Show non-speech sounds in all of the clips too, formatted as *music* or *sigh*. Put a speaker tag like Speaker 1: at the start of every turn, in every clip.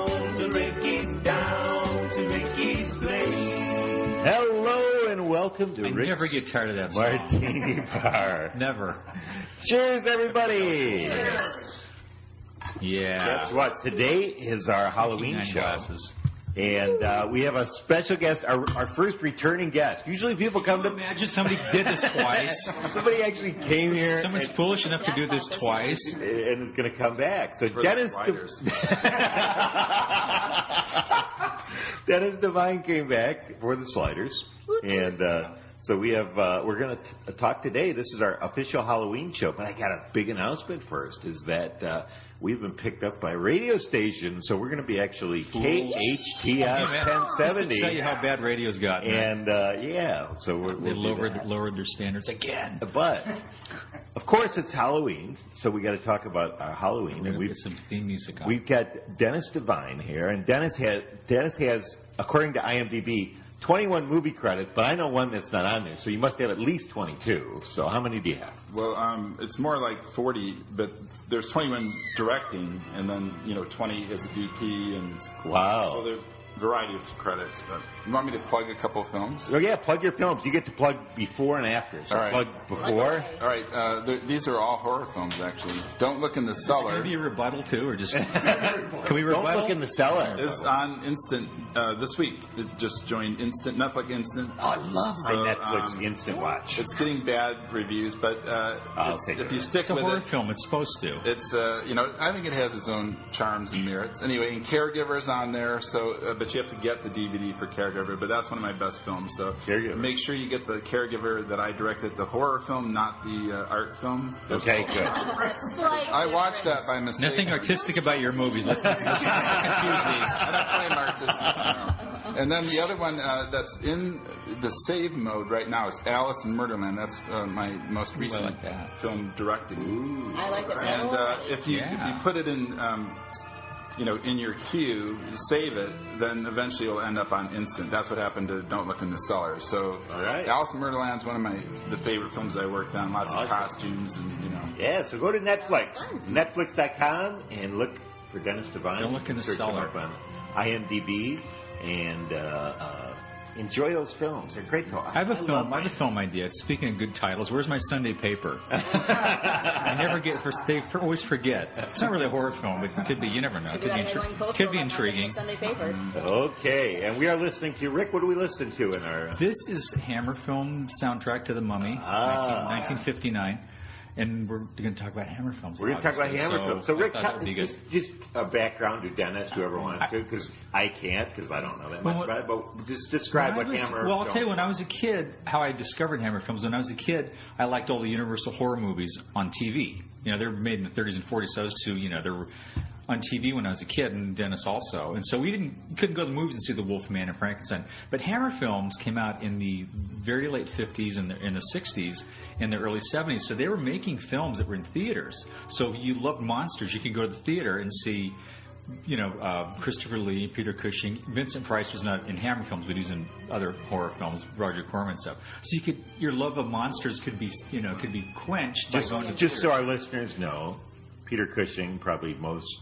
Speaker 1: to Ricky's, down to Ricky's place.
Speaker 2: Hello and welcome to
Speaker 3: I
Speaker 2: Rick's
Speaker 3: never get tired of that song.
Speaker 2: Martini
Speaker 3: *laughs*
Speaker 2: Bar.
Speaker 3: Never.
Speaker 2: Cheers, everybody! Guess
Speaker 3: Yeah.
Speaker 2: what? Today is our Halloween
Speaker 3: Nine
Speaker 2: show,
Speaker 3: glasses.
Speaker 2: and uh, we have a special guest, our, our first returning guest.
Speaker 3: *laughs*
Speaker 2: Usually, people come to
Speaker 3: Imagine somebody did this
Speaker 2: *laughs*
Speaker 3: twice.
Speaker 2: somebody actually came here,
Speaker 3: Someone's
Speaker 2: and,
Speaker 3: foolish enough to do this twice.
Speaker 2: and is going to come back. So
Speaker 4: For
Speaker 2: Dennis,
Speaker 4: the sliders.
Speaker 2: *laughs* Dennis Devine came back for the sliders, and uh, so we have uh, we're going to talk today. This is our official Halloween show, but I got a big announcement first. Is that uh, we've been picked up by a radio station, so we're going to be actually KHTS
Speaker 3: Yeah, man. Just to
Speaker 2: 1070,
Speaker 3: tell you how bad radio's gotten.
Speaker 2: and uh, yeah, so we're,
Speaker 3: they
Speaker 2: we'll be
Speaker 3: lowered
Speaker 2: back.
Speaker 3: lowered their standards again.
Speaker 2: But of course, it's Halloween, so we got to talk about our Halloween,
Speaker 3: We're
Speaker 2: and
Speaker 3: gonna
Speaker 2: we've
Speaker 3: get some theme music on.
Speaker 2: We've got Dennis Devine here, and Dennis has Dennis has, according to IMDb, 21 movie credits, but I know one that's not on there, so you must have at least 22. So how many do you have?
Speaker 4: Well, um, it's more like 40, but there's 21 directing, and then you know 20 as a DP, and so
Speaker 2: Wow.
Speaker 4: there's a variety of credits. But you want me to plug a couple films?
Speaker 2: So yeah, plug your films. You get to plug before and after. So
Speaker 4: All right.
Speaker 2: plug before.
Speaker 4: All right, uh, th- these are all horror films actually. Don't look in the cellar.
Speaker 3: Maybe a rebuttal too, or just can we
Speaker 2: Don't
Speaker 3: rebuttal?
Speaker 2: look in the cellar.
Speaker 4: It's on Instant uh, this week. It just joined Instant Netflix Instant.
Speaker 2: Oh, I love my
Speaker 4: So,
Speaker 2: Netflix
Speaker 4: um,
Speaker 2: instant watch.
Speaker 4: It's getting bad reviews, but uh,
Speaker 2: I'll
Speaker 4: it's-
Speaker 2: take
Speaker 4: if
Speaker 2: it.
Speaker 4: you stick
Speaker 3: it's a
Speaker 4: with
Speaker 3: horror
Speaker 4: it,
Speaker 3: film. It's supposed to.
Speaker 4: It's uh, you know, I think it has its own charms and merits. Anyway, and caregivers on there, so uh, but you have to get the DVD for caregiver. But that's one of my best films. So
Speaker 2: Caregiver.
Speaker 4: make sure you get the caregiver that I directed, the horror film, not the uh, art film.
Speaker 2: Okay, good.
Speaker 4: I watched that by mistake.
Speaker 3: Nothing artistic about your movies. Let's, let's, let's confuse these.
Speaker 4: I don't claim artistic. No. And then the other one uh, that's in the save mode right now is Alice in Murderland. That's uh, my most recent
Speaker 3: like that.
Speaker 4: film directing.
Speaker 5: I like the title.
Speaker 4: And uh, if you if
Speaker 3: Yeah.
Speaker 4: you put it in, um, you know, in your queue, you save it, then eventually you'll end up on instant. That's what happened to Don't Look in the Cellar. So,
Speaker 2: All right.
Speaker 4: Alice in Murderland's one of my the favorite films I worked on. Lots of
Speaker 2: Awesome.
Speaker 4: costumes and you know.
Speaker 2: *laughs* Yeah, so go to Netflix,
Speaker 5: fun.
Speaker 2: netflix.com, and look for Dennis Devine.
Speaker 3: Don't look in the
Speaker 2: Search him
Speaker 3: cellar.
Speaker 2: up on IMDb, and uh, uh, enjoy those films. They're great. films.
Speaker 3: I have a
Speaker 2: love
Speaker 3: film. I have a film idea. Speaking of good titles, where's my Sunday paper?
Speaker 2: *laughs*
Speaker 3: I never get. First, they f- always forget. It's not really a horror film, but it could be. You never know. It
Speaker 5: Maybe
Speaker 3: could be,
Speaker 5: that'd be one
Speaker 3: intri-
Speaker 5: poster
Speaker 3: could be
Speaker 5: on the
Speaker 3: intriguing.
Speaker 5: Sunday paper.
Speaker 4: Mm-hmm.
Speaker 2: Okay, and we are listening to Rick. What do we listen to in our? uh,
Speaker 3: This is Hammer film soundtrack to The Mummy,
Speaker 2: Ah.
Speaker 3: 19, 1959, and we're going to talk about Hammer films.
Speaker 2: We're going to talk about
Speaker 3: obviously,
Speaker 2: Hammer
Speaker 3: so
Speaker 2: films. So
Speaker 3: I
Speaker 2: Rick,
Speaker 3: thought that would be good.
Speaker 2: just, just a background to Dennis, whoever wants to, because I can't, because I don't know that
Speaker 3: Well,
Speaker 2: much
Speaker 3: what-
Speaker 2: about it. But just describe
Speaker 3: When
Speaker 2: what
Speaker 3: I was-
Speaker 2: Hammer.
Speaker 3: Well, I'll tell you,
Speaker 2: films
Speaker 3: when I was a kid, how I discovered Hammer films. When I was a kid, I liked all the Universal horror movies on TV. You know, they were made in the 30s and 40s, so I was too, you know, they were on TV when I was a kid, and Dennis also. And so we didn't couldn't go to the movies and see The Wolf Man and Frankenstein. But Hammer films came out in the very late 50s and the, in the 60s and the early 70s, so they were making films that were in theaters. So if you loved monsters, you could go to the theater and see you know, uh, Christopher Lee, Peter Cushing, Vincent Price was not in Hammer films, but he was in other horror films, Roger Corman stuff. So you could, your love of monsters could be, you know, could be quenched just by going to
Speaker 2: Just
Speaker 3: theater.
Speaker 2: so our listeners know, Peter Cushing, probably most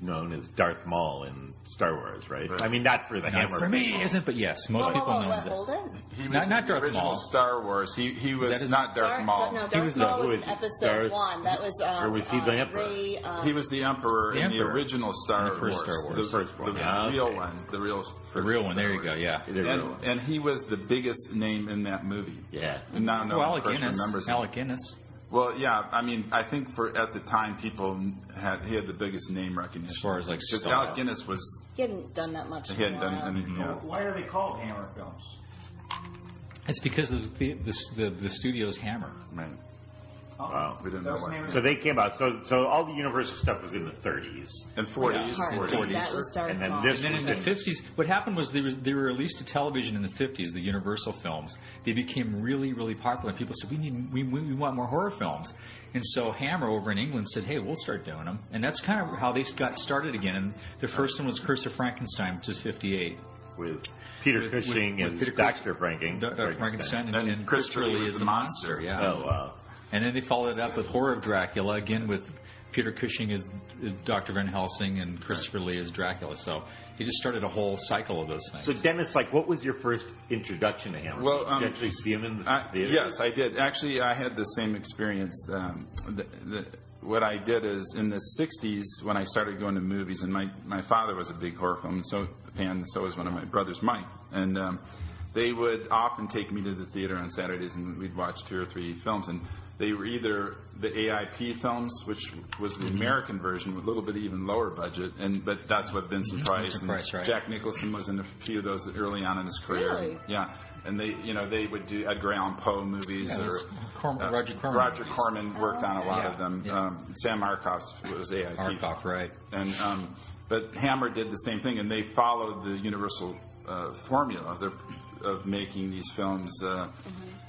Speaker 2: known as Darth Maul in Star Wars, right?
Speaker 4: Right.
Speaker 2: I mean, not for the
Speaker 3: Not
Speaker 2: hammer.
Speaker 3: for me, it isn't, but yes, most
Speaker 5: Whoa, whoa,
Speaker 3: people
Speaker 5: whoa,
Speaker 3: know
Speaker 5: let-
Speaker 3: that.
Speaker 5: hold it.
Speaker 4: He
Speaker 3: Not-
Speaker 4: was
Speaker 3: not
Speaker 4: in
Speaker 3: Darth
Speaker 4: the original
Speaker 3: Maul.
Speaker 4: Star Wars. He he was
Speaker 3: that his-
Speaker 4: not Darth
Speaker 5: Darth,
Speaker 4: Maul.
Speaker 5: No,
Speaker 3: was
Speaker 5: Darth
Speaker 3: the-
Speaker 5: Maul
Speaker 2: who
Speaker 5: was in
Speaker 2: is
Speaker 5: episode
Speaker 2: Darth-
Speaker 5: one. That was. Um,
Speaker 2: or was he the
Speaker 5: uh,
Speaker 2: Emperor?
Speaker 5: Ray, um,
Speaker 4: He was the emperor,
Speaker 3: The
Speaker 4: in the
Speaker 3: Emperor.
Speaker 4: original Star,
Speaker 3: In the first
Speaker 4: Wars,
Speaker 3: Star Wars.
Speaker 4: the,
Speaker 2: First one.
Speaker 4: the
Speaker 2: Ah, okay.
Speaker 4: real one, the real, first
Speaker 3: The real one,
Speaker 4: Star
Speaker 3: there you go,
Speaker 4: Wars.
Speaker 3: yeah.
Speaker 2: The real one.
Speaker 4: And, and he was the biggest name in that movie.
Speaker 2: Yeah.
Speaker 4: And now
Speaker 3: well,
Speaker 4: no one
Speaker 3: Alec
Speaker 4: of course
Speaker 3: Guinness,
Speaker 4: remembers him.
Speaker 3: Alec Guinness.
Speaker 4: Well, yeah. I mean, I think for at the time, people had he had the biggest name recognition.
Speaker 3: As far as, like,
Speaker 4: because
Speaker 3: style.
Speaker 4: Alec Guinness was
Speaker 5: He hadn't done that much. uh,
Speaker 4: he
Speaker 5: in a
Speaker 4: hadn't done
Speaker 5: while.
Speaker 4: anything. Yeah.
Speaker 6: Why are they called Hammer films?
Speaker 3: It's because of the, the, the, the studio's Hammer.
Speaker 4: Right.
Speaker 2: Wow.
Speaker 4: We didn't
Speaker 6: That
Speaker 4: know
Speaker 6: was the name
Speaker 4: why.
Speaker 6: of
Speaker 2: So they came out. So so all the Universal stuff was in the 30s,
Speaker 4: And 40s.
Speaker 5: Hearts.
Speaker 2: 40s.
Speaker 5: That was Dark
Speaker 2: and then
Speaker 5: Maul.
Speaker 2: this
Speaker 3: And then
Speaker 2: was
Speaker 3: in the 50s, what happened was they, was they were released to television in the 50s, the Universal films. They became really, really popular. People said, we, need, we, we we want more horror films. And so Hammer over in England said, hey, we'll start doing them. And that's kind of how they got started again. And the first one was Curse of Frankenstein, which is 58.
Speaker 2: with Peter
Speaker 3: With- with-
Speaker 2: Cushing
Speaker 3: with
Speaker 2: and
Speaker 3: Peter
Speaker 2: Dr. Franken.
Speaker 3: Dr. Uh, Frankenstein and,
Speaker 4: And
Speaker 3: and
Speaker 4: Chris
Speaker 3: Chris
Speaker 4: Shirley
Speaker 3: Shirley
Speaker 4: was
Speaker 3: is
Speaker 4: the
Speaker 3: the monster,
Speaker 4: monster.
Speaker 3: yeah.
Speaker 2: Oh wow.
Speaker 3: And then they followed it up with Horror of Dracula again with Peter Cushing as, as Dr. Van Helsing and Christopher Lee as Dracula. So he just started a whole cycle of those things.
Speaker 2: So Dennis, like, what was your first introduction to Hammer?
Speaker 4: Well,
Speaker 2: Did
Speaker 4: um,
Speaker 2: you actually see him in the
Speaker 4: I,
Speaker 2: theater?
Speaker 4: yes, I did. Actually, I had the same experience. Um, the, the, what I did is in the '60s when I started going to movies, and my my father was a big horror film so fan, and so was one of my brothers, Mike, and. Um, they would often take me to the theater on Saturdays, and we'd watch two or three films. And they were either the AIP films, which was
Speaker 3: Mm-hmm.
Speaker 4: the American version, with a little bit even lower budget, and but that's what Vincent Price
Speaker 3: Mm-hmm. Vincent
Speaker 4: and
Speaker 3: Price, right.
Speaker 4: Jack Nicholson was in a few of those early on in his career.
Speaker 5: Really?
Speaker 4: Yeah, and they, you know, they would do Edgar Allan Poe movies
Speaker 3: Yeah,
Speaker 4: or
Speaker 3: those Corm-
Speaker 4: uh,
Speaker 3: Roger Corman.
Speaker 4: Roger
Speaker 3: movies.
Speaker 4: Corman worked on a lot
Speaker 3: Yeah,
Speaker 4: of them.
Speaker 3: yeah.
Speaker 4: Um, Sam Markov's was AIP,
Speaker 3: Arkoff, right.
Speaker 4: and um, but Hammer did the same thing, and they followed the Universal uh, formula of, of making these films uh,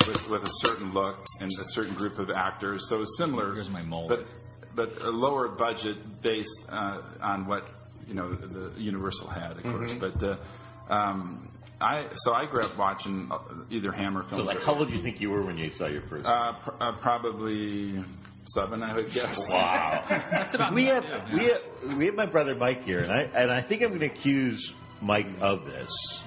Speaker 4: with, with a certain look and a certain group of actors. So it was similar,
Speaker 3: Here's my mold.
Speaker 4: but but a lower budget based uh, on what you know the Universal had, of course. But uh, um, I so I grew up watching uh, either Hammer
Speaker 2: So,
Speaker 4: films.
Speaker 2: like,
Speaker 4: or-
Speaker 2: how old do you think you were when you saw your first?
Speaker 4: uh, pr- uh, probably seven, I would guess. *laughs*
Speaker 2: Wow.
Speaker 3: about
Speaker 2: we
Speaker 3: it,
Speaker 2: have
Speaker 3: yeah.
Speaker 2: we have we have my brother Mike here, and I and I think I'm going to accuse Mike of this.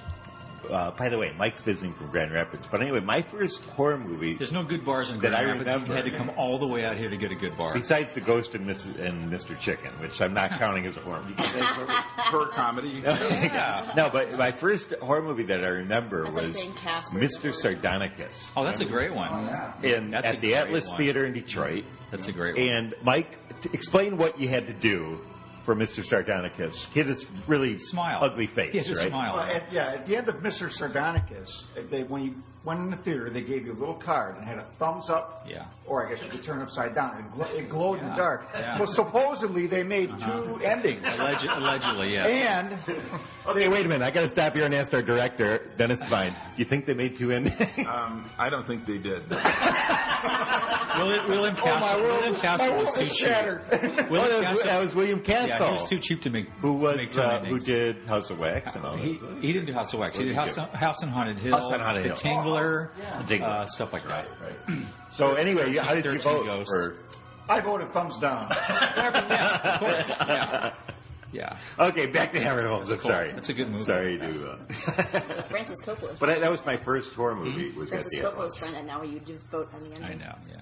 Speaker 2: Uh, by the way, Mike's visiting from Grand Rapids, but anyway, my first horror movie,
Speaker 3: There's no good bars in
Speaker 2: That
Speaker 3: Grand
Speaker 2: I
Speaker 3: Rapids.
Speaker 2: remember.
Speaker 3: You had to come all the way out here to get a good bar.
Speaker 2: *laughs* besides The Ghost and, Mrs., and Mr. Chicken, which I'm *laughs* not counting as a horror movie.
Speaker 4: Horror
Speaker 2: *laughs*
Speaker 4: comedy.
Speaker 3: Yeah.
Speaker 2: no, but my first horror movie that I remember
Speaker 5: I thought
Speaker 2: was
Speaker 5: saying Casper.
Speaker 2: Mr. Sardonicus.
Speaker 3: Oh, that's a great one.
Speaker 2: in,
Speaker 3: That's
Speaker 2: at
Speaker 3: a
Speaker 2: the
Speaker 3: great
Speaker 2: Atlas
Speaker 3: one.
Speaker 2: Theater in Detroit.
Speaker 3: That's a great one.
Speaker 2: And Mike, t- explain what you had to do for Mr. Sardonicus. He had this really
Speaker 3: Smile.
Speaker 2: ugly face,
Speaker 3: He had to
Speaker 2: right?
Speaker 6: Well,
Speaker 3: smile.
Speaker 6: at, yeah, at the end of Mr. Sardonicus, they, when you went in the theater, they gave you a little card and had a thumbs up,
Speaker 3: Yeah.
Speaker 6: or I guess you could turn upside down. It, gl- it glowed in
Speaker 3: Yeah,
Speaker 6: the dark.
Speaker 3: yeah.
Speaker 6: Well, supposedly they made
Speaker 3: Uh-huh.
Speaker 6: two endings,
Speaker 3: Alleged, allegedly, yes.
Speaker 6: and
Speaker 2: Okay, wait a minute. I got to stop here and ask our director, Dennis Devine. You think they made *laughs* two endings?
Speaker 4: Um, I don't think they did.
Speaker 3: William, William Castle, William Castle was too cheap.
Speaker 2: Oh,
Speaker 3: *laughs* William
Speaker 2: that, was, that
Speaker 3: Castle,
Speaker 2: was William
Speaker 3: yeah,
Speaker 2: Castle,
Speaker 3: he was too cheap to make.
Speaker 2: who
Speaker 3: make
Speaker 2: was
Speaker 3: two
Speaker 2: uh, who
Speaker 3: endings.
Speaker 2: did House of Wax and all that.
Speaker 3: He, he didn't do House of Wax. He did
Speaker 2: What did he
Speaker 3: House, House on Haunted Hill,
Speaker 2: House on Haunted
Speaker 3: The
Speaker 2: Hill. Oh,
Speaker 3: Tingler,
Speaker 2: The Tingler.
Speaker 3: uh, stuff like that.
Speaker 2: *clears throat* So anyway, how did you
Speaker 3: 13
Speaker 2: vote
Speaker 3: Ghosts.
Speaker 2: for?
Speaker 6: I voted thumbs down.
Speaker 3: yeah, of course. Yeah. yeah.
Speaker 2: Okay, back to Hammer Holmes. I'm
Speaker 3: cool.
Speaker 2: sorry.
Speaker 3: That's a good movie.
Speaker 2: Sorry to. Uh, *laughs*
Speaker 5: Francis Coppola's
Speaker 2: but I, that was my first horror movie. Was at
Speaker 5: Francis
Speaker 2: the
Speaker 5: Coppola's
Speaker 2: Atlas.
Speaker 5: friend, and now you do vote on the end.
Speaker 3: I know. Yeah.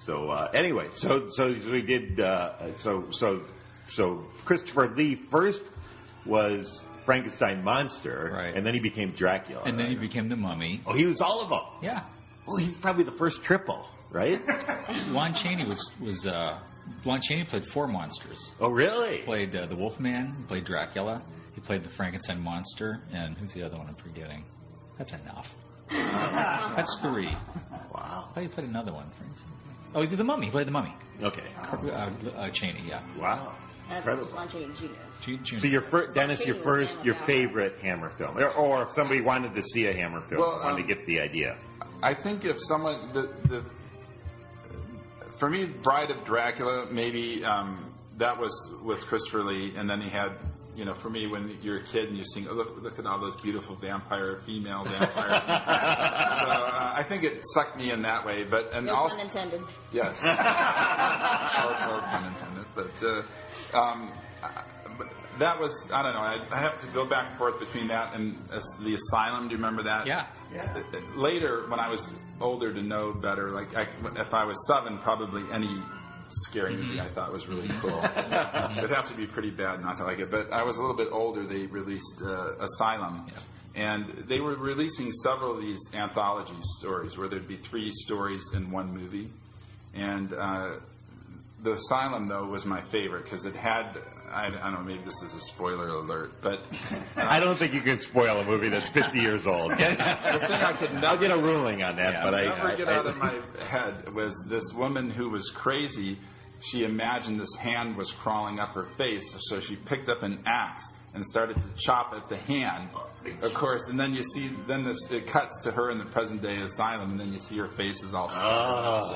Speaker 2: So uh, anyway, so so we did. Uh, so so so Christopher Lee first was Frankenstein monster,
Speaker 3: Right.
Speaker 2: and then he became Dracula.
Speaker 3: And then he
Speaker 2: right?
Speaker 3: became the Mummy.
Speaker 2: oh, he was all of them.
Speaker 3: Yeah.
Speaker 2: Oh, he's probably the first triple,
Speaker 4: *laughs*
Speaker 2: right?
Speaker 3: Lon Chaney was was uh, Lon Chaney played four monsters.
Speaker 2: oh, really?
Speaker 3: He played uh, the Wolfman. He played Dracula. He played the Frankenstein monster. And who's the other one I'm forgetting? That's enough. That's three. I
Speaker 2: Wow.
Speaker 3: thought he played another one. Frankenstein. Oh, he did the Mummy. He played the Mummy.
Speaker 2: Okay.
Speaker 3: Uh, uh, Chaney, yeah.
Speaker 2: Wow.
Speaker 5: That's
Speaker 2: Incredible.
Speaker 5: Lon Chaney Jr.
Speaker 3: Ju- Junior.
Speaker 2: So your first, Dennis, your
Speaker 5: King was
Speaker 2: first,
Speaker 5: Hammer
Speaker 2: your
Speaker 5: Down.
Speaker 2: favorite Hammer film, or, or if somebody wanted to see a Hammer film,
Speaker 4: Well,
Speaker 2: wanted
Speaker 4: um,
Speaker 2: to get the idea.
Speaker 4: I think if someone the the for me, Bride of Dracula, maybe um, that was with Christopher Lee, and then he had. You know, for me, when you're a kid and you're seeing, oh, look, look at all those beautiful vampire, female vampires. so uh, I think it sucked me in that way. But and
Speaker 5: No
Speaker 4: also,
Speaker 5: pun intended.
Speaker 4: Yes. no, no pun intended. But uh, um, I- but that was I don't know. I, I have to go back and forth between that and as- the asylum. Do you remember that?
Speaker 3: yeah.
Speaker 4: Uh, Later, when I was older to know better, like I, if I was seven, probably any scary movie I thought was really cool. It'd have to be pretty bad not to like it. But I was a little bit older. They released uh, Asylum. And they were releasing several of these anthology stories where there'd be three stories in one movie and uh, The Asylum though was my favorite because it had I, I don't know maybe this is a spoiler alert, *laughs* but
Speaker 2: I don't think you can spoil a movie that's 50
Speaker 4: *laughs*
Speaker 2: years old.
Speaker 4: the thing I could
Speaker 2: I'll
Speaker 4: never
Speaker 2: get a ruling on that, but I,
Speaker 4: never
Speaker 2: I-
Speaker 4: get
Speaker 2: I-
Speaker 4: out of my head was this woman who was crazy. She imagined this hand was crawling up her face, so she picked up an axe and started to chop at the hand. Of course, and then you see, then this, it cuts to her in the present day asylum, and then you see her face is all scarred
Speaker 2: uh,
Speaker 4: up. So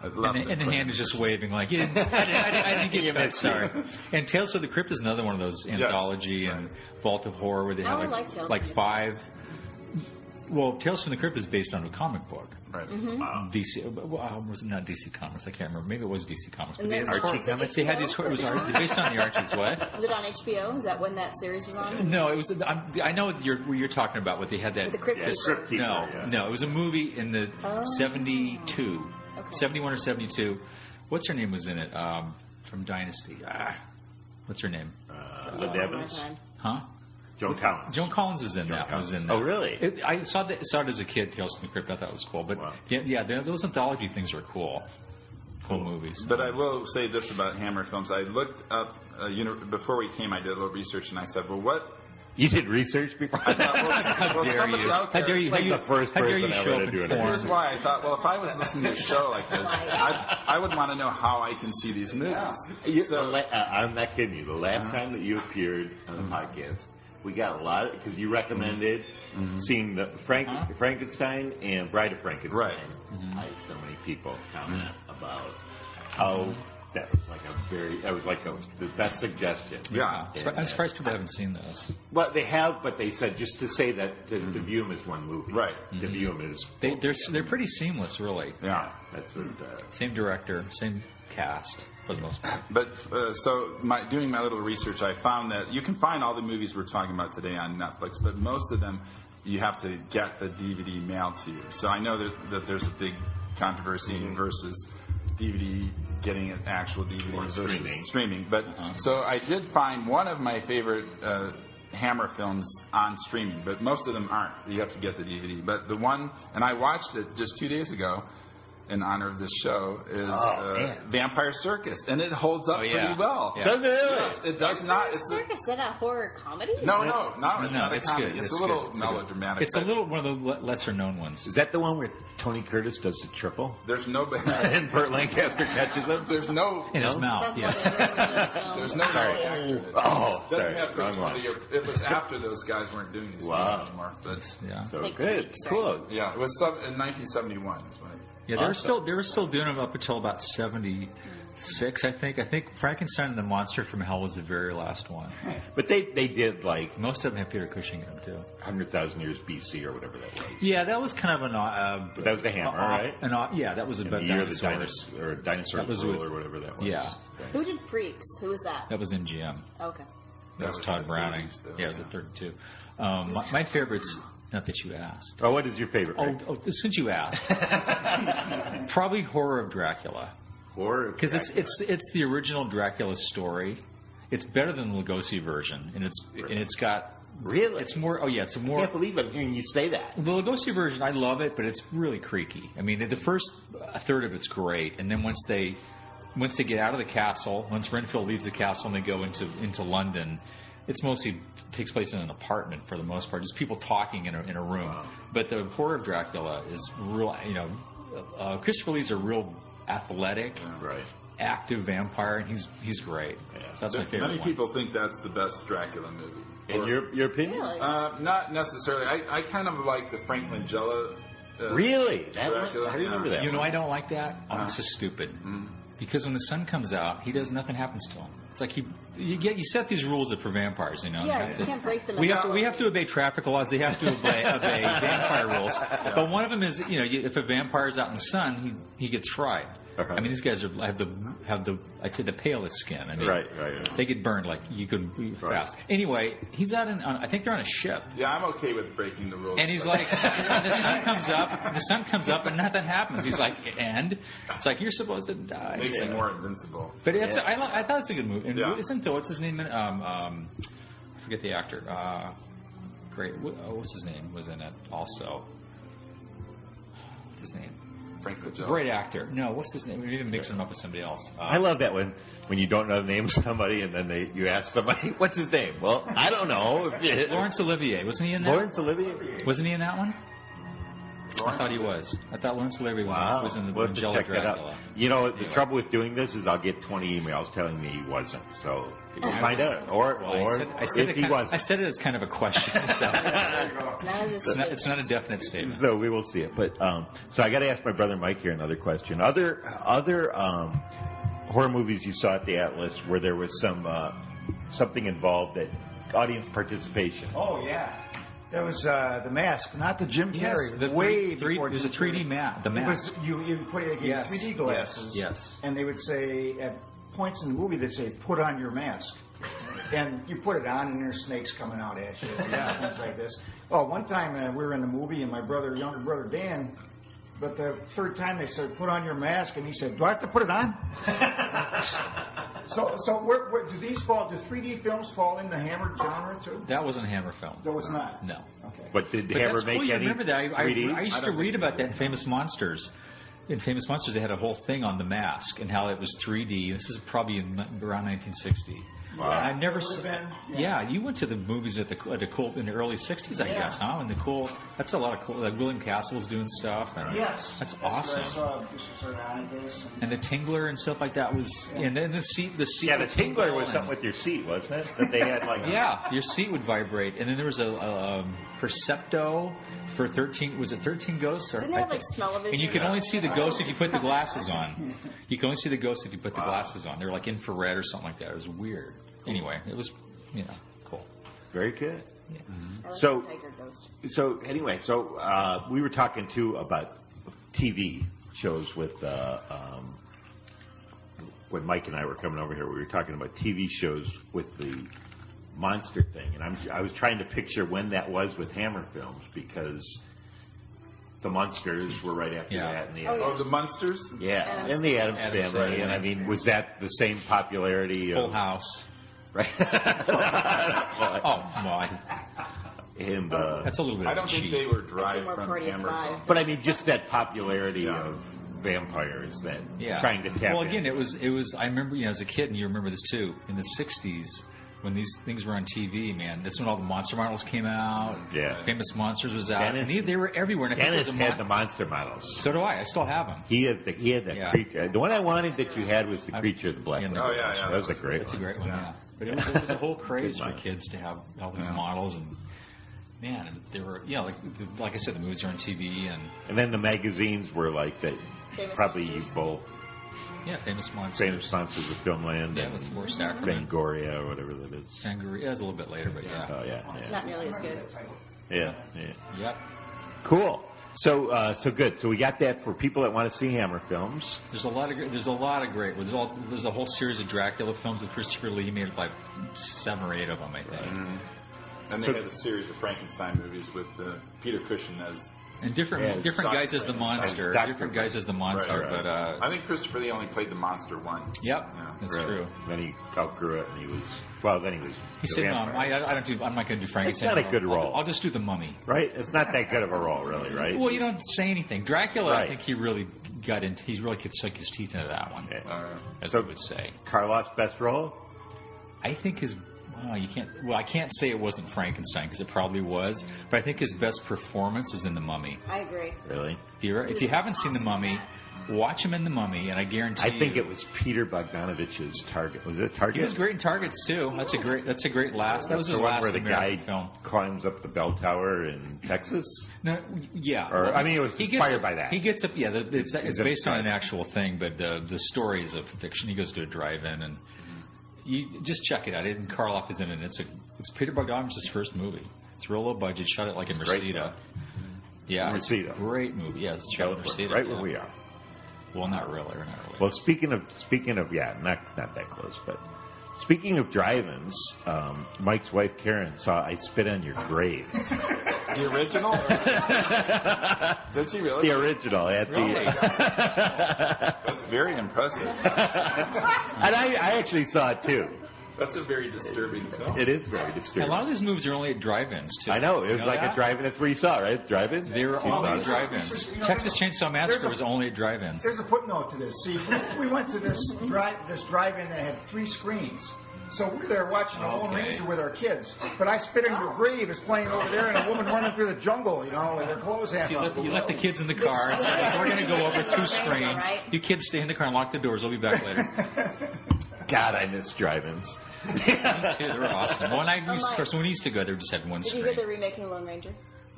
Speaker 4: I loved
Speaker 3: Uh-huh. And, the-
Speaker 4: it.
Speaker 3: and the hand is just waving like, yeah, I, didn't, I didn't-
Speaker 4: *laughs*
Speaker 3: I didn't get that.
Speaker 2: missed me.
Speaker 3: Sorry. And Tales of the Crypt is another one of those anthology and Vault of Horror where they
Speaker 5: I
Speaker 3: have
Speaker 5: would
Speaker 3: like,
Speaker 5: like Tales
Speaker 3: like
Speaker 5: from the
Speaker 3: five. Well, Tales from the Crypt is based on a comic book.
Speaker 4: Right.
Speaker 5: Mm-hmm.
Speaker 3: DC well, uh, was it not DC Comics. I can't remember. Maybe it was DC Comics. But
Speaker 5: And
Speaker 3: they
Speaker 5: then
Speaker 3: had these
Speaker 5: Archie
Speaker 3: horror-
Speaker 5: Comics?
Speaker 3: They had these. horror- It was Archie- based on the Archie's what?
Speaker 5: Was it on HBO? Is that when that series was on?
Speaker 3: No, it was. I'm, I know what you're, what you're talking about. What they had that.
Speaker 5: With the Crypt
Speaker 2: Yeah,
Speaker 5: Keeper.
Speaker 2: script keeper,
Speaker 3: no,
Speaker 2: yeah.
Speaker 3: no, it was a movie in the
Speaker 5: Oh.
Speaker 3: 72,
Speaker 5: Okay.
Speaker 3: 71 or 72. What's her name was in it um, from Dynasty? Ah, what's her name?
Speaker 2: Uh, Liv
Speaker 5: Oh,
Speaker 2: Evans,
Speaker 5: my time.
Speaker 3: Huh?
Speaker 2: Joan Collins.
Speaker 3: Joan Collins was in that.
Speaker 2: Collins.
Speaker 3: Was in that.
Speaker 2: Oh, really?
Speaker 3: It, I saw that. Saw it as a kid. Tales from the Crypt. I thought it was cool. But
Speaker 2: Wow.
Speaker 3: yeah, yeah, they're- those anthology things are cool. Cool movies.
Speaker 4: But I will say this about Hammer films. I looked up, uh, you know, before we came, I did a little research, and I said, well, what?
Speaker 2: You did research before.
Speaker 4: I thought, well,
Speaker 3: how
Speaker 4: well,
Speaker 3: dare
Speaker 4: somebody
Speaker 3: you?
Speaker 4: out
Speaker 3: How
Speaker 4: there-
Speaker 3: dare you?
Speaker 2: like
Speaker 3: how you-
Speaker 2: the first
Speaker 3: how dare
Speaker 2: person
Speaker 3: you
Speaker 2: ever
Speaker 3: show
Speaker 2: to
Speaker 3: up
Speaker 2: do
Speaker 3: in
Speaker 2: it.
Speaker 4: Here's
Speaker 3: porn?
Speaker 4: why I thought, well, if I was listening to a show like this, I'd, I would want to know how I can see these movies.
Speaker 2: *laughs* You- the
Speaker 4: So,
Speaker 2: la- uh, I'm not kidding you. The last time that you appeared on the podcast, we got a lot because you recommended seeing the Frank,
Speaker 3: Uh-huh.
Speaker 2: Frankenstein and Bride of Frankenstein. Mm-hmm.
Speaker 4: Right.
Speaker 2: I had so many people comment about how that was like a very that was like a, the best suggestion.
Speaker 4: yeah.
Speaker 3: I'm surprised- I'm surprised people haven't seen those.
Speaker 2: Well, they have, but they said just to say that to, to view them as one movie.
Speaker 4: Right.
Speaker 2: To view them as
Speaker 3: They, they're s- they're pretty seamless, really.
Speaker 4: Yeah.
Speaker 2: that's what. Uh,
Speaker 3: Same director, same cast for the most part.
Speaker 4: But uh, so, my, doing my little research, I found that you can find all the movies we're talking about today on Netflix, but most of them you have to get the DVD mailed to you. So I know that, that there's a big controversy versus DVD getting an actual DVD
Speaker 2: Or
Speaker 4: versus
Speaker 2: streaming.
Speaker 4: streaming. But so I did find one of my favorite uh, Hammer films on streaming, but most of them aren't. You have to get the DVD. But the one, and I watched it just two days ago. In honor of this show is
Speaker 2: Oh,
Speaker 4: uh,
Speaker 2: man.
Speaker 4: Vampire Circus, and it holds up
Speaker 3: Oh, yeah.
Speaker 4: pretty well.
Speaker 3: Yeah. Does
Speaker 2: it really?
Speaker 4: Yes, it does not. It's a,
Speaker 5: Circus, is that a horror comedy?
Speaker 4: no, no, no. It's
Speaker 3: no,
Speaker 4: not a
Speaker 3: it's
Speaker 4: comedy.
Speaker 3: good.
Speaker 4: It's,
Speaker 3: It's
Speaker 4: a little
Speaker 3: good. It's a good-
Speaker 4: melodramatic.
Speaker 3: It's a
Speaker 4: but
Speaker 3: little one of the le- lesser known ones.
Speaker 2: is that the one where Tony Curtis does the triple? *laughs*
Speaker 4: There's no.
Speaker 3: *laughs*
Speaker 2: and Burt Lancaster catches him.
Speaker 4: there's no.
Speaker 3: In his
Speaker 2: No?
Speaker 3: mouth,
Speaker 5: That's
Speaker 3: yes.
Speaker 4: *laughs*
Speaker 5: not
Speaker 4: There's no.
Speaker 2: Sorry.
Speaker 4: actor that-
Speaker 2: Oh,
Speaker 4: Doesn't
Speaker 2: sorry.
Speaker 4: have
Speaker 2: Wrong one.
Speaker 4: personality or- It was after those guys weren't doing these
Speaker 2: Wow.
Speaker 4: movies anymore. But
Speaker 3: Yeah,
Speaker 2: So
Speaker 5: Like
Speaker 2: good,
Speaker 5: Greek, sorry.
Speaker 2: cool.
Speaker 4: yeah, it was sub, in 1971. Is when it-
Speaker 3: yeah. They were
Speaker 2: Awesome.
Speaker 3: still they were still doing them up until about seventy six, I think. I think Frankenstein and the Monster from Hell was the very last one.
Speaker 2: But they they did like
Speaker 3: Most of them have Peter Cushing in them too.
Speaker 2: hundred thousand years BC or whatever that was.
Speaker 3: Yeah, that was kind of an. Uh,
Speaker 2: But that was the hammer,
Speaker 3: uh,
Speaker 2: right?
Speaker 3: An, uh, yeah, that was a
Speaker 2: And the year of the
Speaker 3: dinosaurs.
Speaker 2: dinosaurs or dinosaur
Speaker 3: That was
Speaker 2: rule
Speaker 3: with-
Speaker 2: or whatever that was.
Speaker 3: Yeah.
Speaker 5: Who did Freaks? Who was that?
Speaker 3: That was MGM.
Speaker 5: Okay.
Speaker 3: That was Todd
Speaker 4: the
Speaker 3: Browning.
Speaker 4: 30s, though,
Speaker 3: Yeah, it was at thirty-two. Um, my, my favorites. Not that you asked.
Speaker 2: Oh, what is your favorite?
Speaker 3: Oh,
Speaker 2: Rick?
Speaker 3: oh, since you asked, probably horror of Dracula
Speaker 2: Horror.
Speaker 3: because it's it's it's the original Dracula story. It's better than the Lugosi version, and it's and it's got
Speaker 2: really.
Speaker 3: it's more. Oh yeah, it's a
Speaker 2: I
Speaker 3: more
Speaker 2: can't believe I'm hearing you say that.
Speaker 3: the Lugosi version. I love it, but it's really creaky. I mean, the- the first third of it's great, and then once they once they get out of the castle, once Renfield leaves the castle and they go into into London. It's mostly takes place in an apartment for the most part, just people talking in a, in a room. But the horror of Dracula is real. You know, uh, Christopher Lee's a real athletic,
Speaker 2: Right.
Speaker 3: active vampire, and he's he's great.
Speaker 2: Yeah.
Speaker 3: So that's my favorite
Speaker 4: Many
Speaker 3: one.
Speaker 4: people think that's the best Dracula movie.
Speaker 2: In
Speaker 4: Or-
Speaker 2: your your opinion?
Speaker 5: Really?
Speaker 4: Uh, not necessarily. I, I kind of like the Frank Langella. Uh,
Speaker 2: Really? That one?
Speaker 4: Dracula,
Speaker 2: I remember
Speaker 4: yeah.
Speaker 2: that.
Speaker 3: You know,
Speaker 2: one. Uh-huh. Mm-hmm.
Speaker 3: I don't like that. Oh, this is stupid. Because when the sun comes out, he does nothing happens to him. It's like he you get you set these rules up for vampires, you know. You
Speaker 5: Yeah,
Speaker 3: have
Speaker 5: you
Speaker 3: to-
Speaker 5: can't break them.
Speaker 3: we have to we have to obey traffic laws. They have to obey,
Speaker 2: *laughs*
Speaker 3: obey vampire rules. But one of them is you know you- if a vampire is out in the sun, he he gets fried.
Speaker 2: Uh-huh.
Speaker 3: I mean these guys are have the have the I'd say the palest skin. I mean,
Speaker 2: Right, right, right.
Speaker 3: They get burned like you could fast. Anyway, he's out in on, I think they're on a ship.
Speaker 4: Yeah, I'm okay with breaking the rules.
Speaker 3: And he's like, and the sun comes up, the sun comes up, and nothing happens. He's like, and it's like you're supposed to die.
Speaker 4: makes him more invincible.
Speaker 3: But it's, I, li- I thought it's a good movie. And
Speaker 4: Yeah.
Speaker 3: isn't uh, what's his name? in it? Um, um, I forget the actor. Uh, great. Wh- uh, What's his name? Was in it also. What's his name?
Speaker 4: Frank Langella.
Speaker 3: Great actor. No, what's his name? We didn't mix him up with somebody else. Uh,
Speaker 2: I love that when when you don't know the name of somebody and then they you ask somebody *laughs* what's his name. Well, I don't know.
Speaker 3: Laurence Olivier wasn't he in that?
Speaker 2: Lawrence Olivier.
Speaker 3: Wasn't he in that one? I thought he was. I thought Lawrence Olivier was,
Speaker 2: Wow.
Speaker 3: was in the
Speaker 2: We'll have to
Speaker 3: Langella
Speaker 2: check that out.
Speaker 3: Dracula.
Speaker 2: You know, the
Speaker 3: Anyway.
Speaker 2: trouble with doing this is I'll get 20 emails telling me he wasn't. So if you find out, or,
Speaker 3: Well,
Speaker 2: or
Speaker 3: I said, I said
Speaker 2: if
Speaker 3: it
Speaker 2: he
Speaker 3: kind of, I
Speaker 2: wasn't.
Speaker 3: said it as kind of a question. So
Speaker 5: That is a
Speaker 3: it's, not,
Speaker 5: statement.
Speaker 3: it's not a definite statement.
Speaker 2: So we will see it. But um, so I got to ask my brother Mike here another question. Other other um, horror movies you saw at the Atlas where there was some uh, something involved that audience participation.
Speaker 6: Oh yeah, that was uh, the mask, not the Jim Carrey.
Speaker 3: the
Speaker 6: way
Speaker 3: three, three,
Speaker 6: before
Speaker 3: it was a
Speaker 6: Jim
Speaker 3: 3D
Speaker 6: Carrey.
Speaker 3: map. The
Speaker 6: It
Speaker 3: map.
Speaker 6: was you. You put it in
Speaker 3: Yes,
Speaker 6: 3D
Speaker 3: yes,
Speaker 6: glasses.
Speaker 3: yes.
Speaker 6: And they would say at points in the movie they say, "Put on your mask." and you put it on, and there's snakes coming out at you, and things like this. Well, one time uh, we were in a movie, and my brother, younger brother Dan. But the third time they said, "Put on your mask," and he said, "Do I have to put
Speaker 3: *laughs*
Speaker 6: it on?" so, so where, where, do these fall? Do 3D films fall in the Hammer genre too?
Speaker 3: that wasn't a Hammer film.
Speaker 6: No, it's not.
Speaker 3: No.
Speaker 6: Okay.
Speaker 2: But did
Speaker 3: But
Speaker 2: they ever
Speaker 3: that's
Speaker 2: make
Speaker 3: cool. You
Speaker 2: any
Speaker 3: remember that? I, I,
Speaker 2: 3D?
Speaker 3: I used
Speaker 4: I
Speaker 3: to
Speaker 4: don't
Speaker 3: read
Speaker 4: think
Speaker 3: about that in Famous Monsters. In Famous Monsters, they had a whole thing on the mask and how it was 3D. This is probably in, around 1960.
Speaker 2: Wow.
Speaker 3: And I've never
Speaker 6: It
Speaker 3: seen.
Speaker 6: would've been-
Speaker 3: Yeah. you went to the movies at the, at the cool in the early 60s, I
Speaker 6: Yeah.
Speaker 3: guess, huh? And the cool. That's a lot of cool. Like William Castle's doing stuff. And
Speaker 6: Yes.
Speaker 3: That's
Speaker 6: what
Speaker 3: awesome.
Speaker 6: I saw Mr. Sardonicus. And,
Speaker 3: And the Tingler and stuff like that was, and then the seat, the seat.
Speaker 2: yeah, the
Speaker 3: would
Speaker 2: tingler
Speaker 3: tingle
Speaker 2: was
Speaker 3: and-
Speaker 2: something with your seat, wasn't it? That they had like
Speaker 3: *laughs* Yeah, your seat would vibrate, and then there was a, a um, Percepto for thirteen. Was it thirteen ghosts? Or
Speaker 5: Didn't they have
Speaker 3: I think-
Speaker 5: like smell of it? Oh.
Speaker 3: And you could only see the ghost if you put the glasses
Speaker 5: *laughs*
Speaker 3: on. You could only see the ghost if you put the glasses on. They were like infrared or something like that. It was weird. Anyway, it was, you know, cool.
Speaker 2: Very good.
Speaker 3: Yeah.
Speaker 5: I like
Speaker 2: So-
Speaker 5: the tiger ghost.
Speaker 2: So anyway, so uh, we were talking too about TV shows with uh, um, when Mike and I were coming over here. We were talking about TV shows with the monster thing, and I'm, I was trying to picture when that was with Hammer Films because the monsters were right after
Speaker 3: Yeah.
Speaker 2: that, and the
Speaker 5: Oh,
Speaker 4: Oh, the Munsters?
Speaker 2: yeah,
Speaker 5: Adams
Speaker 2: and the Adams,
Speaker 3: Adams
Speaker 2: family,
Speaker 3: Family.
Speaker 2: and I mean, was that the same popularity?
Speaker 3: Full
Speaker 2: of,
Speaker 3: House.
Speaker 2: *laughs* right?
Speaker 3: Oh, well, I,
Speaker 2: and uh,
Speaker 3: that's a little bit.
Speaker 4: I
Speaker 3: of a
Speaker 4: don't think
Speaker 3: cheat.
Speaker 4: they were
Speaker 5: It's a
Speaker 4: derived
Speaker 5: more
Speaker 4: from
Speaker 5: party of
Speaker 4: Hammer
Speaker 5: five.
Speaker 4: films.
Speaker 2: But I mean, just that popularity of vampires that
Speaker 3: yeah.
Speaker 2: trying to tap
Speaker 3: Well, again,
Speaker 2: in.
Speaker 3: it was it was. I remember, you know, as a kid, and you remember this too. In the '60s, when these things were on TV, man, that's when all the monster models came out.
Speaker 2: Yeah.
Speaker 3: Famous Monsters was out,
Speaker 2: Dennis-
Speaker 3: and they, they were everywhere. And I think
Speaker 2: Dennis
Speaker 3: there was a mon-
Speaker 2: had the monster models.
Speaker 3: So do I. I still have them.
Speaker 2: He is the he had that
Speaker 3: Yeah.
Speaker 2: creature. The one I wanted that you had was the
Speaker 3: I-
Speaker 2: creature of the black.
Speaker 3: Yeah,
Speaker 2: Lagoon.
Speaker 4: oh, yeah, yeah,
Speaker 2: That was a great
Speaker 3: That's a
Speaker 2: one.
Speaker 3: great one, yeah. But it was, it was a whole craze for
Speaker 2: one.
Speaker 3: kids to have all these
Speaker 4: Yeah.
Speaker 3: models and man, they were yeah, like like I said, the movies are on TV and
Speaker 2: And then the magazines were like that.
Speaker 5: Famous
Speaker 2: Probably you
Speaker 5: Monsters.
Speaker 2: both
Speaker 3: yeah, famous monsters.
Speaker 2: famous monsters with Filmland
Speaker 3: Yeah,
Speaker 2: and
Speaker 3: with Forrest Ackerman,
Speaker 2: Fangoria or whatever that is.
Speaker 3: Sangaree. Yeah, it's a little bit later, but yeah,
Speaker 2: Oh yeah,
Speaker 5: It's
Speaker 2: yeah,
Speaker 5: not nearly as good.
Speaker 2: yeah, yeah.
Speaker 3: yep.
Speaker 2: Cool. So uh, so good. So we got that for people that want to see Hammer films.
Speaker 3: There's a lot of gr- there's a lot of great. There's all there's a whole series of Dracula films with Christopher Lee. He made like seven or eight of them, I think.
Speaker 2: Mm-hmm.
Speaker 4: Mm-hmm. And they
Speaker 2: So-
Speaker 4: had a series of Frankenstein movies with uh, Peter Cushing as.
Speaker 3: And different
Speaker 2: Yeah,
Speaker 3: different
Speaker 4: Dr.
Speaker 3: guys as the
Speaker 4: Frankenstein.
Speaker 3: monster,
Speaker 2: Dr.
Speaker 3: different guys as the monster.
Speaker 2: Right, right.
Speaker 3: But uh,
Speaker 4: I think Christopher Lee only played the monster once.
Speaker 3: yep,
Speaker 4: Yeah.
Speaker 3: that's
Speaker 2: Really.
Speaker 3: true.
Speaker 2: Then he outgrew it, and he was well. Then he was.
Speaker 3: He
Speaker 2: the
Speaker 3: said, "No,
Speaker 2: vampire.
Speaker 3: I, I don't do. I'm not going to do Frankenstein.
Speaker 2: It's not a
Speaker 3: I'll-
Speaker 2: good
Speaker 3: I'll-
Speaker 2: role.
Speaker 3: I'll just do the Mummy."
Speaker 2: Right? It's not that good of a role, really, right?
Speaker 3: Well, you don't say anything. Dracula,
Speaker 2: Right.
Speaker 3: I think he really got into. He really could suck his teeth into that one,
Speaker 2: Okay.
Speaker 4: Uh,
Speaker 3: as
Speaker 2: So-
Speaker 3: we would say.
Speaker 2: Karloff's best role?
Speaker 3: I think his. Well, you can't. Well, I can't say it wasn't Frankenstein because it probably was. But I think his best performance is in The Mummy.
Speaker 5: I agree.
Speaker 2: Really?
Speaker 3: If you if you haven't seen The Mummy, watch him in The Mummy, and I guarantee.
Speaker 2: I think
Speaker 3: you,
Speaker 2: it was Peter Bogdanovich's Target. Was it Target?
Speaker 3: He was great in Targets too. That's a great. That's a great last. That was
Speaker 2: the
Speaker 3: his
Speaker 2: one
Speaker 3: last
Speaker 2: where the
Speaker 3: American
Speaker 2: guy
Speaker 3: film.
Speaker 2: climbs up the bell tower in Texas.
Speaker 3: No, yeah.
Speaker 2: Or, I mean, it was
Speaker 3: He gets
Speaker 2: inspired
Speaker 3: up-
Speaker 2: by that.
Speaker 3: He gets up. Yeah, the, it's,
Speaker 2: He's
Speaker 3: it's
Speaker 2: a-
Speaker 3: based on an actual thing, but the the story is a fiction. He goes to a drive-in, and you just check it out. It, and Karloff is in it. It's a it's Peter Bogdanovich's first movie. It's real low budget. Shot it like in
Speaker 2: It's great,
Speaker 3: Reseda. Yeah, it's
Speaker 2: Reseda.
Speaker 3: a great movie. Yeah, it's shot in Reseda.
Speaker 2: right
Speaker 3: yeah.
Speaker 2: where we are.
Speaker 3: Well, not really. We're not really.
Speaker 2: Well, speaking of speaking of yeah, not not that close, but speaking of drive-ins, um, Mike's wife Karen saw "I Spit on Your Grave,"
Speaker 4: the
Speaker 3: *laughs*
Speaker 4: original? Did she really?
Speaker 2: the original at
Speaker 3: Really?
Speaker 2: the. *laughs*
Speaker 4: That's very impressive.
Speaker 2: and I, I actually saw it too.
Speaker 4: That's a very disturbing film.
Speaker 2: It is very
Speaker 3: And a
Speaker 2: disturbing.
Speaker 3: lot of these movies are only at drive-ins too.
Speaker 2: I know. It was
Speaker 3: You
Speaker 2: like
Speaker 3: that?
Speaker 2: a drive-in. That's where you saw, it, right? Drive-in.
Speaker 3: They were
Speaker 2: You saw
Speaker 3: only at
Speaker 2: it.
Speaker 3: drive-ins. Texas Chainsaw Massacre was only at drive-ins.
Speaker 6: There's a footnote to this. See, we went to this drive this drive-in that had three screens. So we we're there watching the Lone
Speaker 4: Okay.
Speaker 6: Ranger with our kids. But I Spit in Your Grave is playing over there, and a woman running through the jungle, you know, with her clothes half
Speaker 3: You
Speaker 6: up.
Speaker 3: let, you let the kids in the car and say, we're going to go over two screens.
Speaker 5: Right.
Speaker 3: You kids stay in the car and lock the doors. We'll be back later.
Speaker 2: God, I miss drive-ins.
Speaker 3: Dude, they were awesome. One I used, of course, when we used to go there, we just had one
Speaker 5: Did you hear
Speaker 3: screen.
Speaker 5: they're remaking Lone Ranger?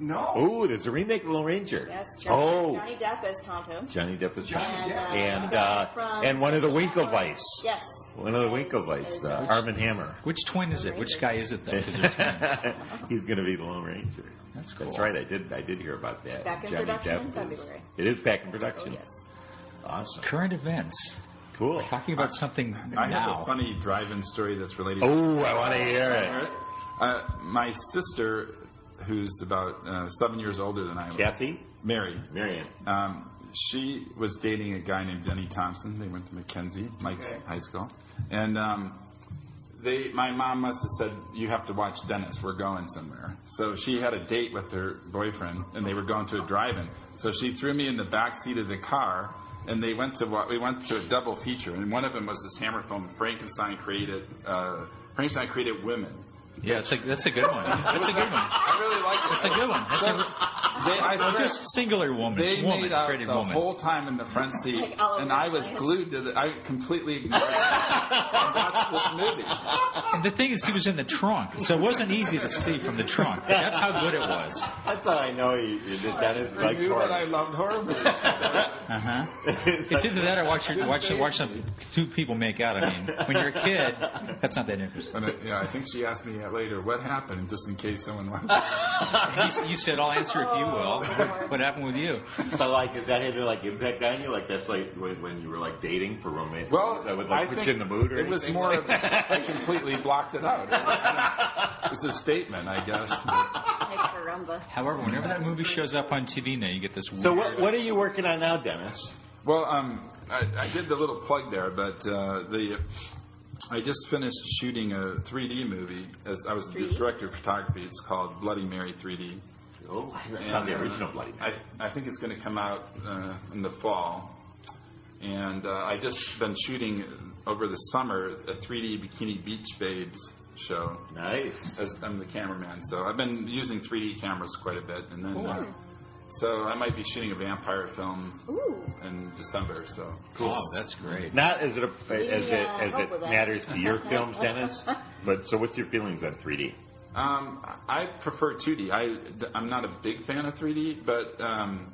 Speaker 6: No.
Speaker 2: Oh, there's a remake of Lone Ranger.
Speaker 5: Yes, Johnny,
Speaker 2: Oh,
Speaker 5: Johnny Depp as Tonto.
Speaker 2: Johnny Depp is
Speaker 5: And, uh,
Speaker 2: and
Speaker 5: the
Speaker 2: uh,
Speaker 5: guy from-
Speaker 2: and one of the Winklevice.
Speaker 5: Yes.
Speaker 2: One of the
Speaker 5: As-
Speaker 2: Winklevice,
Speaker 5: as,
Speaker 2: uh, Arm and Hammer.
Speaker 3: Which twin is it? Which guy is
Speaker 2: *laughs*
Speaker 3: it though? 'Cause they're twins.
Speaker 2: He's going to be the Lone Ranger.
Speaker 3: That's cool.
Speaker 2: That's right. I did. I did hear about that.
Speaker 5: Back in
Speaker 2: Johnny
Speaker 5: production in
Speaker 2: Depp is-
Speaker 5: February.
Speaker 2: it is back in
Speaker 5: Oh,
Speaker 2: production.
Speaker 5: yes.
Speaker 2: Awesome.
Speaker 3: Current events.
Speaker 2: Cool.
Speaker 3: Talking about something
Speaker 4: I have a
Speaker 3: now.
Speaker 4: funny drive-in story that's related.
Speaker 2: Oh, I want to hear it.
Speaker 4: Uh, my sister, who's about uh, seven years older than I was,
Speaker 2: Kathy,
Speaker 4: Mary,
Speaker 2: Marion.
Speaker 4: um, she was dating a guy named Denny Thompson. They went to Mackenzie, Mike's
Speaker 6: Okay.
Speaker 4: high school, and um, they. My mom must have said, "You have to watch Dennis. We're going somewhere." So she had a date with her boyfriend, and they were going to a drive-in. So she threw me in the back seat of the car, and they went to what we went to a double feature, and one of them was this Hammer film, Frankenstein created. Uh, Frankenstein created women.
Speaker 3: Yeah, it's a, that's a good one. That's a good one.
Speaker 4: I really liked it.
Speaker 3: That's a good one. That's a,
Speaker 4: They, I
Speaker 3: well,
Speaker 4: swear,
Speaker 3: just singular woman.
Speaker 4: they
Speaker 3: woman,
Speaker 4: made out
Speaker 3: creative
Speaker 4: the
Speaker 3: woman.
Speaker 4: whole time in the
Speaker 5: *laughs*
Speaker 4: front seat,
Speaker 5: Like all over
Speaker 4: and I was
Speaker 5: science.
Speaker 4: glued to the. I completely ignored it *laughs* and watched this movie.
Speaker 3: and the thing is, he was in the trunk, so it wasn't easy to see from the trunk. That's how good it was.
Speaker 2: That's how I know you, you did. That is
Speaker 4: I
Speaker 2: like
Speaker 4: knew that I
Speaker 2: horror.
Speaker 4: loved horror movies.
Speaker 3: Uh
Speaker 2: *laughs*
Speaker 3: huh. It's either that or watch your, watch watch some two people make out. I mean, when you're a kid, that's not that interesting.
Speaker 4: And uh, yeah, I think she asked me uh, later what happened, just in case someone *laughs* wanted. To.
Speaker 3: You, you said, "I'll answer if you
Speaker 2: *laughs*
Speaker 3: will." What happened with you?
Speaker 2: But like, is that had like impact on you? Like that's like when, when you were like dating for romance.
Speaker 4: Well,
Speaker 2: that would like
Speaker 4: I
Speaker 2: put
Speaker 4: think
Speaker 2: you in the mood, or
Speaker 4: it was
Speaker 2: anything
Speaker 4: more.
Speaker 2: *laughs* like
Speaker 4: of I completely blocked it out. It was a statement, I guess.
Speaker 5: Hey, caramba.
Speaker 3: However, whenever that movie shows up on TV now, you get this. Weird,
Speaker 2: So what what are you working on now, Dennis?
Speaker 4: Well, um, I, I did the little plug there, but uh, the I just finished shooting a 3D movie. As I was the
Speaker 5: 3D?
Speaker 4: director of photography, it's called Bloody Mary 3D.
Speaker 2: Oh, that's on the
Speaker 4: And, uh,
Speaker 2: original Bloody Mary.
Speaker 4: I, I think it's going to come out uh, in the fall. And uh, I just been shooting over the summer a 3D Bikini Beach Babes show.
Speaker 2: Nice.
Speaker 4: As I'm the cameraman, so I've been using 3D cameras quite a bit, and then uh, so I might be shooting a vampire film
Speaker 5: Ooh.
Speaker 4: in December. So
Speaker 3: Oh, that's great.
Speaker 2: Not as it as it
Speaker 5: Yeah,
Speaker 2: as
Speaker 5: help
Speaker 2: it
Speaker 5: with that.
Speaker 2: matters to
Speaker 5: *laughs*
Speaker 2: your films, Dennis. But so, what's your feelings on 3D?
Speaker 4: Um, I prefer 2D. I, am not a big fan of 3D, but um,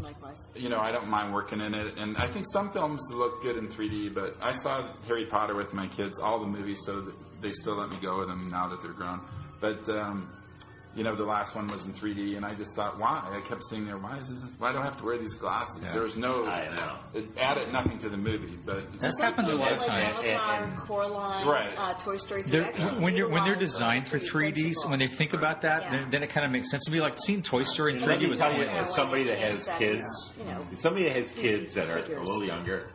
Speaker 5: Likewise.
Speaker 4: you know I don't mind working in it. And I think some films look good in 3D, but I saw Harry Potter with my kids, all the movies, so th- they still let me go with them now that they're grown. But um, you know the last one was in 3D, and I just thought, why? I kept sitting there, why is this? Why do I have to wear these glasses? There was no,
Speaker 2: I know.
Speaker 4: it added nothing to the movie, but it's
Speaker 3: That's happens a lot of
Speaker 5: Like
Speaker 3: times.
Speaker 5: Avatar,
Speaker 2: And- and-
Speaker 5: Coraline,
Speaker 4: Right.
Speaker 5: uh, Toy Story 3.
Speaker 3: They're,
Speaker 5: actually
Speaker 3: when you're when they're
Speaker 5: utilize
Speaker 3: designed
Speaker 5: the
Speaker 3: for 3D,
Speaker 5: principle.
Speaker 3: when they think about that,
Speaker 5: Yeah.
Speaker 3: then, then it kind of makes sense to me. Like seeing Toy Story in
Speaker 5: And
Speaker 2: Let
Speaker 3: 3D
Speaker 2: me
Speaker 3: was
Speaker 2: tell you,
Speaker 5: Yeah.
Speaker 2: as
Speaker 3: pointless.
Speaker 2: somebody that has
Speaker 5: Yeah.
Speaker 2: kids,
Speaker 5: You know.
Speaker 2: somebody that has kids that are a
Speaker 5: Figures.
Speaker 2: little younger,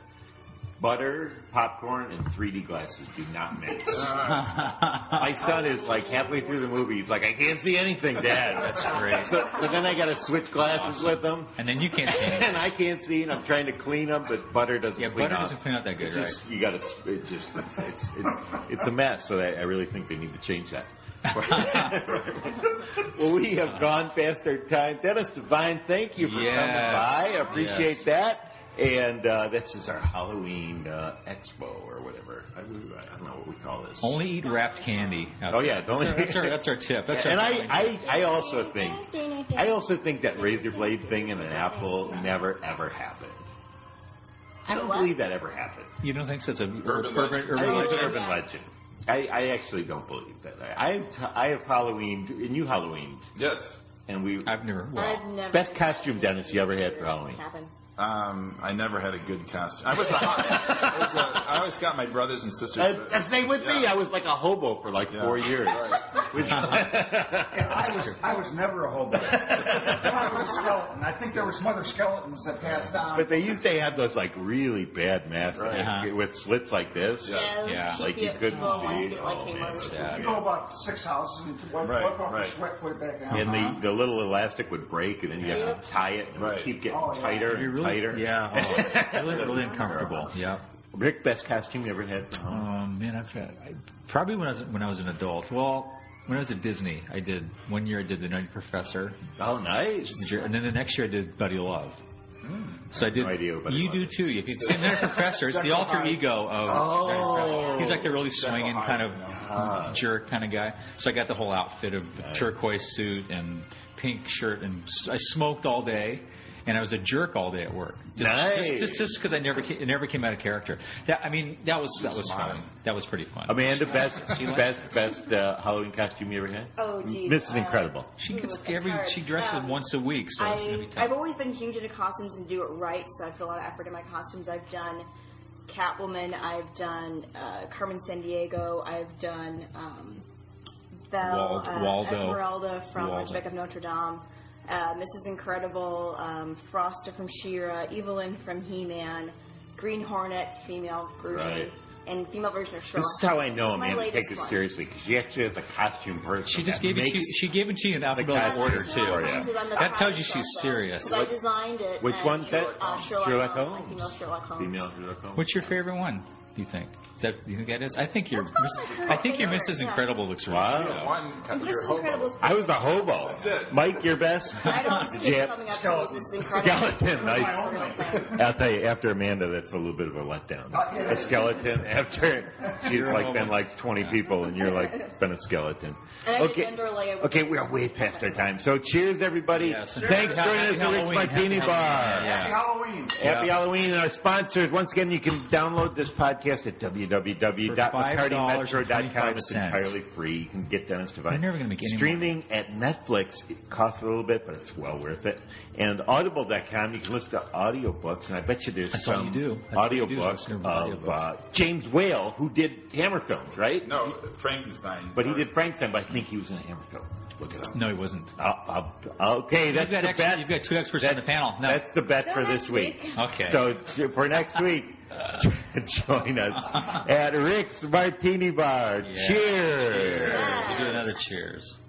Speaker 2: butter, popcorn, and 3D glasses do not mix. My son is like halfway through the movie, he's like, I can't see anything, Dad.
Speaker 3: *laughs* That's great.
Speaker 2: So, so then I got to switch glasses with him,
Speaker 3: *laughs* And then you can't see. It.
Speaker 2: and I can't see, and I'm trying to clean them, but butter doesn't
Speaker 3: Yeah,
Speaker 2: clean
Speaker 3: butter
Speaker 2: up.
Speaker 3: doesn't clean out that good,
Speaker 2: It
Speaker 3: right?
Speaker 2: Just, you got to. It just it's it's, it's it's a mess. So I, I really think they need to change that. *laughs* well, we have gone past our time. Dennis Devine, thank you for
Speaker 3: Yes.
Speaker 2: coming by. I appreciate that. And uh, this is our Halloween uh, expo or whatever. I, I don't know what we call this.
Speaker 3: Only eat wrapped candy. out
Speaker 2: Oh,
Speaker 3: there.
Speaker 2: yeah, don't-
Speaker 3: that's, our, that's,
Speaker 2: *laughs*
Speaker 3: our, that's our tip. That's
Speaker 2: and
Speaker 3: our
Speaker 2: I, I, I also think I also think that razor blade thing in an apple never ever happened. I don't
Speaker 5: What?
Speaker 2: believe that ever happened.
Speaker 3: you don't think so? It's a urban
Speaker 4: legend.
Speaker 3: urban,
Speaker 2: I
Speaker 3: urban
Speaker 2: think it's
Speaker 3: legend.
Speaker 2: an urban legend. I, I actually don't believe that. I, I have t- I have Halloweened, and you Halloweened,
Speaker 4: yes.
Speaker 2: and we uh,
Speaker 3: I've never. Well,
Speaker 5: I've never
Speaker 2: best costume Dennis you ever had for Halloween.
Speaker 5: Happen.
Speaker 4: Um, I never had a good costume. I was a hot. I, was a, I always got my brothers and sisters.
Speaker 2: Uh, same with me. I was like a hobo for like
Speaker 4: Yeah.
Speaker 2: four years.
Speaker 4: Right.
Speaker 2: *laughs* Which-
Speaker 3: *laughs*
Speaker 6: And I was, I was never a hobo. I was a skeleton. I think there were some other skeletons that passed on.
Speaker 2: but they used to have those like really bad masks
Speaker 3: Right. Uh-huh.
Speaker 2: like, with slits like this.
Speaker 5: Yeah,
Speaker 3: Yeah,
Speaker 5: yeah.
Speaker 2: like you couldn't see. Oh, man.
Speaker 5: yeah.
Speaker 6: you go about six houses and wipe,
Speaker 4: Right,
Speaker 6: wipe off
Speaker 4: right.
Speaker 6: the sweat, put it back down.
Speaker 2: And
Speaker 3: Uh-huh.
Speaker 2: the, the little elastic would break, and then you have to tie it, and it would
Speaker 4: Right.
Speaker 2: keep getting
Speaker 6: Oh, yeah.
Speaker 2: tighter
Speaker 3: It'd be
Speaker 2: and
Speaker 3: really-
Speaker 2: tighter.
Speaker 3: Yeah.
Speaker 2: *laughs*
Speaker 3: Oh, really, really uncomfortable. Yeah.
Speaker 2: Rick, best costume you ever had? Oh,
Speaker 3: Um, man, I've had I, probably when I was when I was an adult. Well, when I was at Disney, I did one year I did the Nutty Professor,
Speaker 2: Oh, nice.
Speaker 3: and then the next year I did Buddy Love. So I did.
Speaker 2: no idea what Buddy
Speaker 3: you
Speaker 2: Love
Speaker 3: do
Speaker 2: is.
Speaker 3: too. If you see Nutty Professor, it's the
Speaker 6: Jekyll
Speaker 3: alter
Speaker 6: Hyde.
Speaker 3: ego of. Nutty
Speaker 2: Oh,
Speaker 3: Professor. He's like the really swinging
Speaker 4: Hyde,
Speaker 3: kind of
Speaker 4: you
Speaker 3: jerk kind of guy. So I got the whole outfit of the
Speaker 2: Nice.
Speaker 3: turquoise suit and pink shirt, and s- I smoked all day. And I was a jerk all day at work, just
Speaker 2: Nice.
Speaker 3: just just because I never ca- it never came out of character. That I mean, that was that was
Speaker 4: Smiling.
Speaker 3: fun. That was pretty fun.
Speaker 2: Amanda, best,
Speaker 3: She likes
Speaker 2: best, best uh, Halloween costume you ever had?
Speaker 5: Oh, geez.
Speaker 2: This is
Speaker 5: Uh,
Speaker 2: incredible.
Speaker 3: She
Speaker 5: Ooh,
Speaker 3: gets
Speaker 5: that's
Speaker 3: every.
Speaker 5: hard.
Speaker 3: She dresses
Speaker 5: Um,
Speaker 3: once a week, so it's gonna be
Speaker 5: I,
Speaker 3: tough.
Speaker 5: I've always been huge into costumes and do it right, so I put a lot of effort in my costumes. I've done Catwoman, I've done uh, Carmen San Diego, I've done um, Belle,
Speaker 3: Wald-
Speaker 5: uh,
Speaker 3: Waldo.
Speaker 5: Esmeralda from
Speaker 3: Waldo.
Speaker 5: Hunchback of Notre Dame, uh, Mrs. Incredible, um, Frosta from She-Ra, Evelyn from He-Man, Green Hornet, female version,
Speaker 2: Right.
Speaker 5: and female version of Shrek.
Speaker 2: This is how I know
Speaker 5: It's my
Speaker 2: Amanda
Speaker 5: latest
Speaker 2: takes it
Speaker 5: one.
Speaker 2: seriously because she actually is a costume person.
Speaker 3: she just
Speaker 2: that
Speaker 3: gave it to you.
Speaker 2: makes-
Speaker 3: She gave it to you in alphabetical
Speaker 2: costume
Speaker 3: order
Speaker 2: is
Speaker 3: too.
Speaker 2: not
Speaker 5: Yeah,
Speaker 2: Yeah.
Speaker 5: because I'm the
Speaker 3: That tells you
Speaker 5: product
Speaker 3: she's
Speaker 5: also,
Speaker 3: serious.
Speaker 5: 'cause I
Speaker 2: What-
Speaker 5: designed it.
Speaker 2: Which
Speaker 5: and
Speaker 2: one's that?
Speaker 5: Uh,
Speaker 2: Holmes.
Speaker 5: Sherlock, Holmes. My female Sherlock Holmes.
Speaker 2: Female Sherlock Holmes.
Speaker 3: What's your favorite one? Do you think? Is that do you think that is? I think your
Speaker 5: That's
Speaker 3: Miss,
Speaker 5: probably her
Speaker 3: I think your
Speaker 5: favorite,
Speaker 3: Mrs.
Speaker 5: yeah.
Speaker 3: Incredible looks really
Speaker 2: Wow.
Speaker 3: good.
Speaker 4: know, one
Speaker 5: And
Speaker 4: you're a
Speaker 5: Mrs.
Speaker 4: hobo.
Speaker 5: Incredible's
Speaker 2: I was a hobo.
Speaker 4: That's it.
Speaker 2: Mike, your best.
Speaker 3: *laughs*
Speaker 5: I always
Speaker 2: Did
Speaker 5: keep
Speaker 2: you have-
Speaker 5: coming up to these Mrs. Incredible.
Speaker 2: Skeleton,
Speaker 5: *laughs*
Speaker 6: My
Speaker 2: nice.
Speaker 6: only.
Speaker 2: I'll tell you, after Amanda, that's a little bit of a letdown. A skeleton after she's like been like 20 people and you're like been a skeleton.
Speaker 5: And I did
Speaker 2: Okay.
Speaker 5: Wonderland with-
Speaker 2: Okay, we are way past our time. So cheers, everybody.
Speaker 3: Yes.
Speaker 2: Thanks for joining us at
Speaker 3: Happy
Speaker 2: Rick's
Speaker 3: Halloween.
Speaker 2: Martini
Speaker 3: Happy
Speaker 2: Bar.
Speaker 3: Halloween. Yeah.
Speaker 6: Happy Halloween.
Speaker 2: Happy
Speaker 3: Yeah.
Speaker 2: Halloween and our sponsors. Once again, you can download this podcast at www.mccartymetro.com. It's
Speaker 3: $5.25.
Speaker 2: entirely free. You can get Dennis Devine.
Speaker 3: We're never gonna make any
Speaker 2: Streaming at Netflix, it costs a little bit, but it's well worth it. And audible.com, you can listen to audiobooks, and I bet you there's
Speaker 3: That's all
Speaker 2: some
Speaker 3: you do. That's all you do is
Speaker 2: audiobook
Speaker 3: listen
Speaker 2: of
Speaker 3: to
Speaker 2: uh,
Speaker 3: audiobooks.
Speaker 2: James Whale, who did Hammer films, right?
Speaker 4: No, Frankenstein.
Speaker 2: But he did Frankenstein, but I think he was in a Hammer film. Look it up.
Speaker 3: No, he wasn't.
Speaker 2: Uh, uh, okay,
Speaker 3: You've
Speaker 2: that's
Speaker 3: got,
Speaker 2: the
Speaker 3: ex-
Speaker 2: bet.
Speaker 3: you've got two experts on the
Speaker 2: That's-
Speaker 3: panel. No.
Speaker 2: That's the bet
Speaker 5: Till
Speaker 2: for this
Speaker 5: next
Speaker 2: week.
Speaker 5: week.
Speaker 3: okay.
Speaker 2: So j- for next week, *laughs* join us at Rick's Martini Bar.
Speaker 3: Yeah.
Speaker 2: Cheers.
Speaker 3: Cheers. We do another cheers.